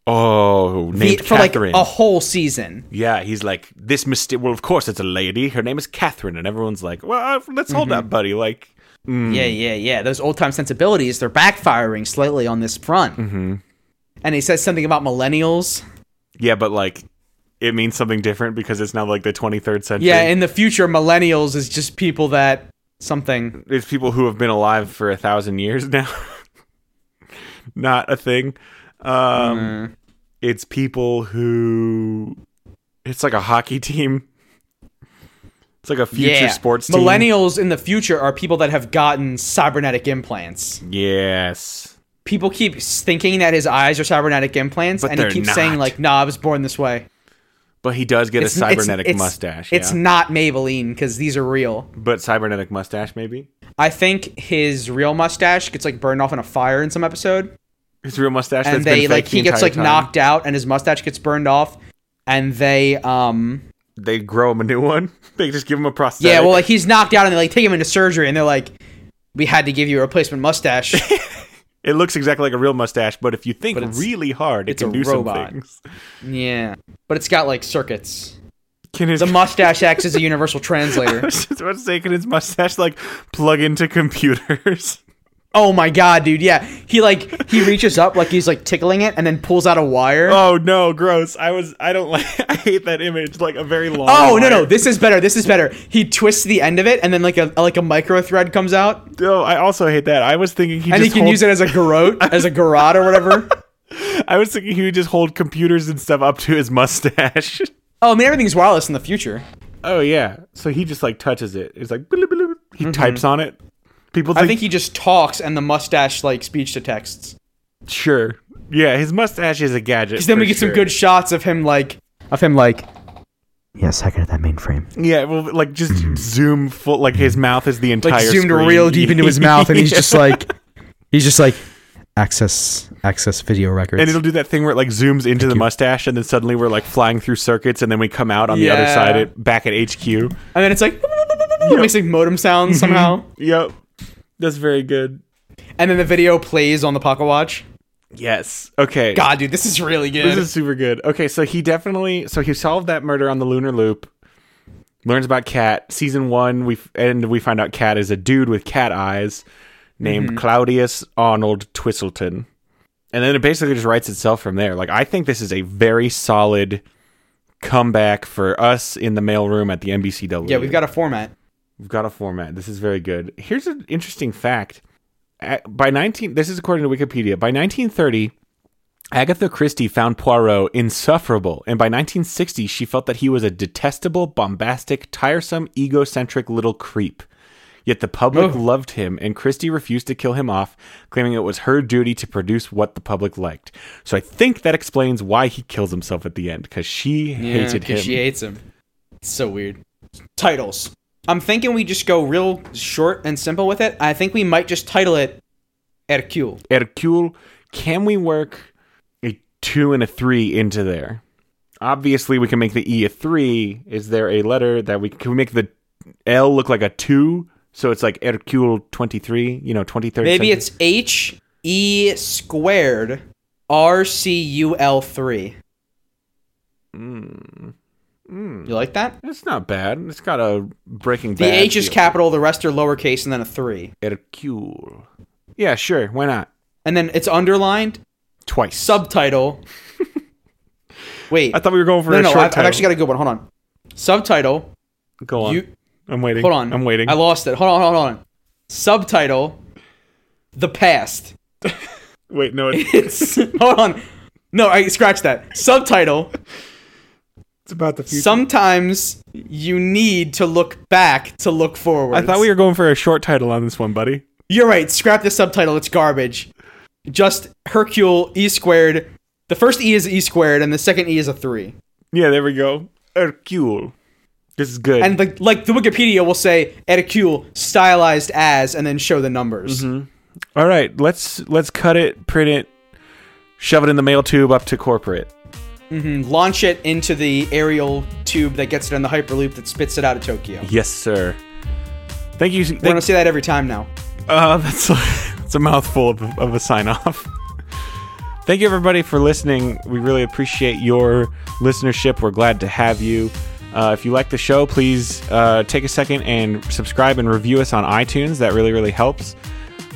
S1: Oh, named
S2: The- for
S1: Catherine.
S2: like a whole season
S1: yeah, he's like this mistake. Well, of course, it's a lady. Her name is Catherine, and everyone's like, "Well, uh, let's
S2: Mm-hmm.
S1: hold up, buddy." Like, Mm.
S2: yeah yeah yeah those old time sensibilities they're backfiring slightly on this front
S1: Mm-hmm.
S2: and he says something about millennials
S1: yeah, but like, it means something different because it's now like the 23rd century.
S2: yeah in the future millennials is just people that something
S1: it's people who have been alive for a thousand years now. <laughs> Not a thing. Um, It's people who. It's like a hockey <laughs> team. It's like a future
S2: yeah
S1: sports team.
S2: millennials in the future are people that have gotten cybernetic implants
S1: Yes.
S2: people keep thinking that his eyes are cybernetic implants, and he
S1: they're
S2: keeps saying
S1: not.
S2: like, "Nah, I was born this way."
S1: But he does get a
S2: It's-
S1: cybernetic
S2: it's-
S1: mustache.
S2: It's
S1: yeah.
S2: not Maybelline because these are real.
S1: but cybernetic mustache, maybe?
S2: I think his real mustache gets like burned off in a fire in some episode,
S1: His real mustache.
S2: and
S1: that's been
S2: they
S1: fake
S2: like
S1: the
S2: he gets
S1: entire
S2: like
S1: time.
S2: knocked out, and his mustache gets burned off, and they um
S1: They grow him a new one. <laughs> They just give him a prosthetic.
S2: yeah, well like he's knocked out, and they like take him into surgery, and they're like. we had to give you a
S1: <laughs>
S2: replacement mustache.
S1: It looks exactly like a real mustache, but if you think
S2: But it's-
S1: really hard, it
S2: it's a
S1: can do
S2: robot.
S1: some things.
S2: yeah, but it's got like circuits.
S1: Can his,
S2: The mustache acts as a universal
S1: I <laughs>
S2: translator.
S1: was just about to say, can his mustache like plug into computers? <laughs>
S2: Oh my god, dude! Yeah, he like he reaches up like he's like tickling it, and then pulls out a wire.
S1: Oh no, gross! I was, I don't like, <laughs> I hate that image. Like a very long.
S2: Oh
S1: wire.
S2: no no! This is better. This is better. He twists the end of it, and then like a like a micro thread comes out,
S1: No, I also hate that. I was thinking he
S2: and
S1: just
S2: he can
S1: hold-
S2: use it as a garrote, as a garrote or whatever.
S1: I was thinking he would just hold computers and stuff up to his mustache. <laughs>
S2: Oh, I mean everything's wireless in the future.
S1: oh yeah, so he just like touches it. It's like bloop, bloop. he types on it. People think,
S2: I think he just talks, and the mustache like speech to texts.
S1: sure, yeah, his mustache is a gadget.
S2: Then we
S1: for
S2: get some
S1: sure.
S2: good shots of him like of him like
S3: Yes, I got that mainframe.
S1: Yeah, well, like <clears throat> just zoom full. Like his mouth is the entire.
S2: like zoomed
S1: screen.
S2: real deep into his mouth, and he's
S1: <laughs>
S2: just like
S3: He's just like access access video records.
S1: And it'll do that thing where it like zooms into the mustache, and then suddenly we're like flying through circuits, and then we come out on the other
S2: Yeah.
S1: side, at, back at HQ.
S2: and then it's like <laughs> it makes like modem sounds somehow,
S1: Yep, that's very good.
S2: and then the video plays on the Pocket Watch.
S1: Yes. Okay.
S2: God, dude, this is really good.
S1: This is super good. Okay, so he definitely so he solved that murder on the lunar loop. Learns about Cat. Season one, we f- and we find out Cat is a dude with cat eyes named
S2: Mm-hmm.
S1: Claudius Arnold Twistleton. And then it basically just writes itself from there. Like I think this is a very solid comeback for us in the mailroom at the NBCW.
S2: yeah, we've got a format.
S1: We've got a format. This is very good. Here's an interesting fact. A- By 19 this is according to Wikipedia. By 1930, Agatha Christie found Poirot insufferable, and by 1960 she felt that he was a detestable, bombastic, tiresome, egocentric little creep. Yet the public
S2: Ugh.
S1: loved him, and Christie refused to kill him off, claiming it was her duty to produce what the public liked. So I think that explains why he kills himself at the end, because she hated
S2: 'cause
S1: him.
S2: She hates him. It's so weird. Titles. I'm thinking we just go real short and simple with it. I think we might just title it Hercule.
S1: Hercule, can we work a two and a three into there? Obviously, we can make the E a three. Is there a letter that we can we make the L look like a two? So it's like Hercule twenty three. You know, twenty thirty.
S2: Maybe it's H E squared R C U L three.
S1: Hmm.
S2: You like that?
S1: It's not bad. It's got a breaking.
S2: The
S1: Bad
S2: H is
S1: feel.
S2: capital, the rest are lowercase, and then a three.
S1: Hercule. Yeah, sure. Why not?
S2: And then it's underlined,
S1: Twice.
S2: subtitle.
S1: <laughs>
S2: Wait.
S1: I thought we were going for
S2: no,
S1: a
S2: no,
S1: short
S2: I've, I've
S1: title.
S2: actually got a good one. Hold on. Subtitle.
S1: Go on.
S2: You,
S1: I'm waiting.
S2: Hold on.
S1: I'm waiting.
S2: I lost it. Hold on, hold on, hold on. Subtitle The Past. <laughs>
S1: Wait, no, it's,
S2: It's hold on. No, I scratch that. Subtitle
S1: <laughs> it's about the future.
S2: Sometimes you need to look back to look forward.
S1: I thought we were going for a short title on this one, buddy.
S2: You're right, scrap the subtitle, it's garbage. Just Hercule E squared. The first E is E squared and the second E is a three.
S1: Yeah, there we go. Hercule. This is good.
S2: And the, like the Wikipedia will say Hercule stylized as and then show the numbers.
S1: All right, let's let's cut it, print it, shove it in the mail tube up to corporate.
S2: launch it into the aerial tube that gets it in the hyperloop that spits it out of Tokyo.
S1: Yes, sir. Thank you.
S2: We're gonna
S1: Thank,
S2: say that every time now.
S1: uh, that's <laughs> that's a mouthful of, of a sign off. <laughs> Thank you everybody for listening. We really appreciate your listenership. We're glad to have you. Uh, if you like the show, please uh, take a second and subscribe and review us on iTunes. That really really helps.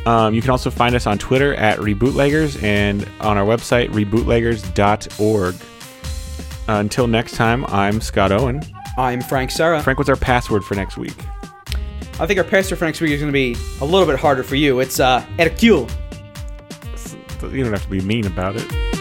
S1: Um, you can also find us on Twitter at Rebootleggers and on our website, rebootleggers.org. until next time, I'm Scott Owen.
S2: I'm Frank Sarah.
S1: Frank, what's our password for next week?
S2: I think our pastor for next week is gonna be a little bit harder for you. It's uh Hercule.
S1: You don't have to be mean about it.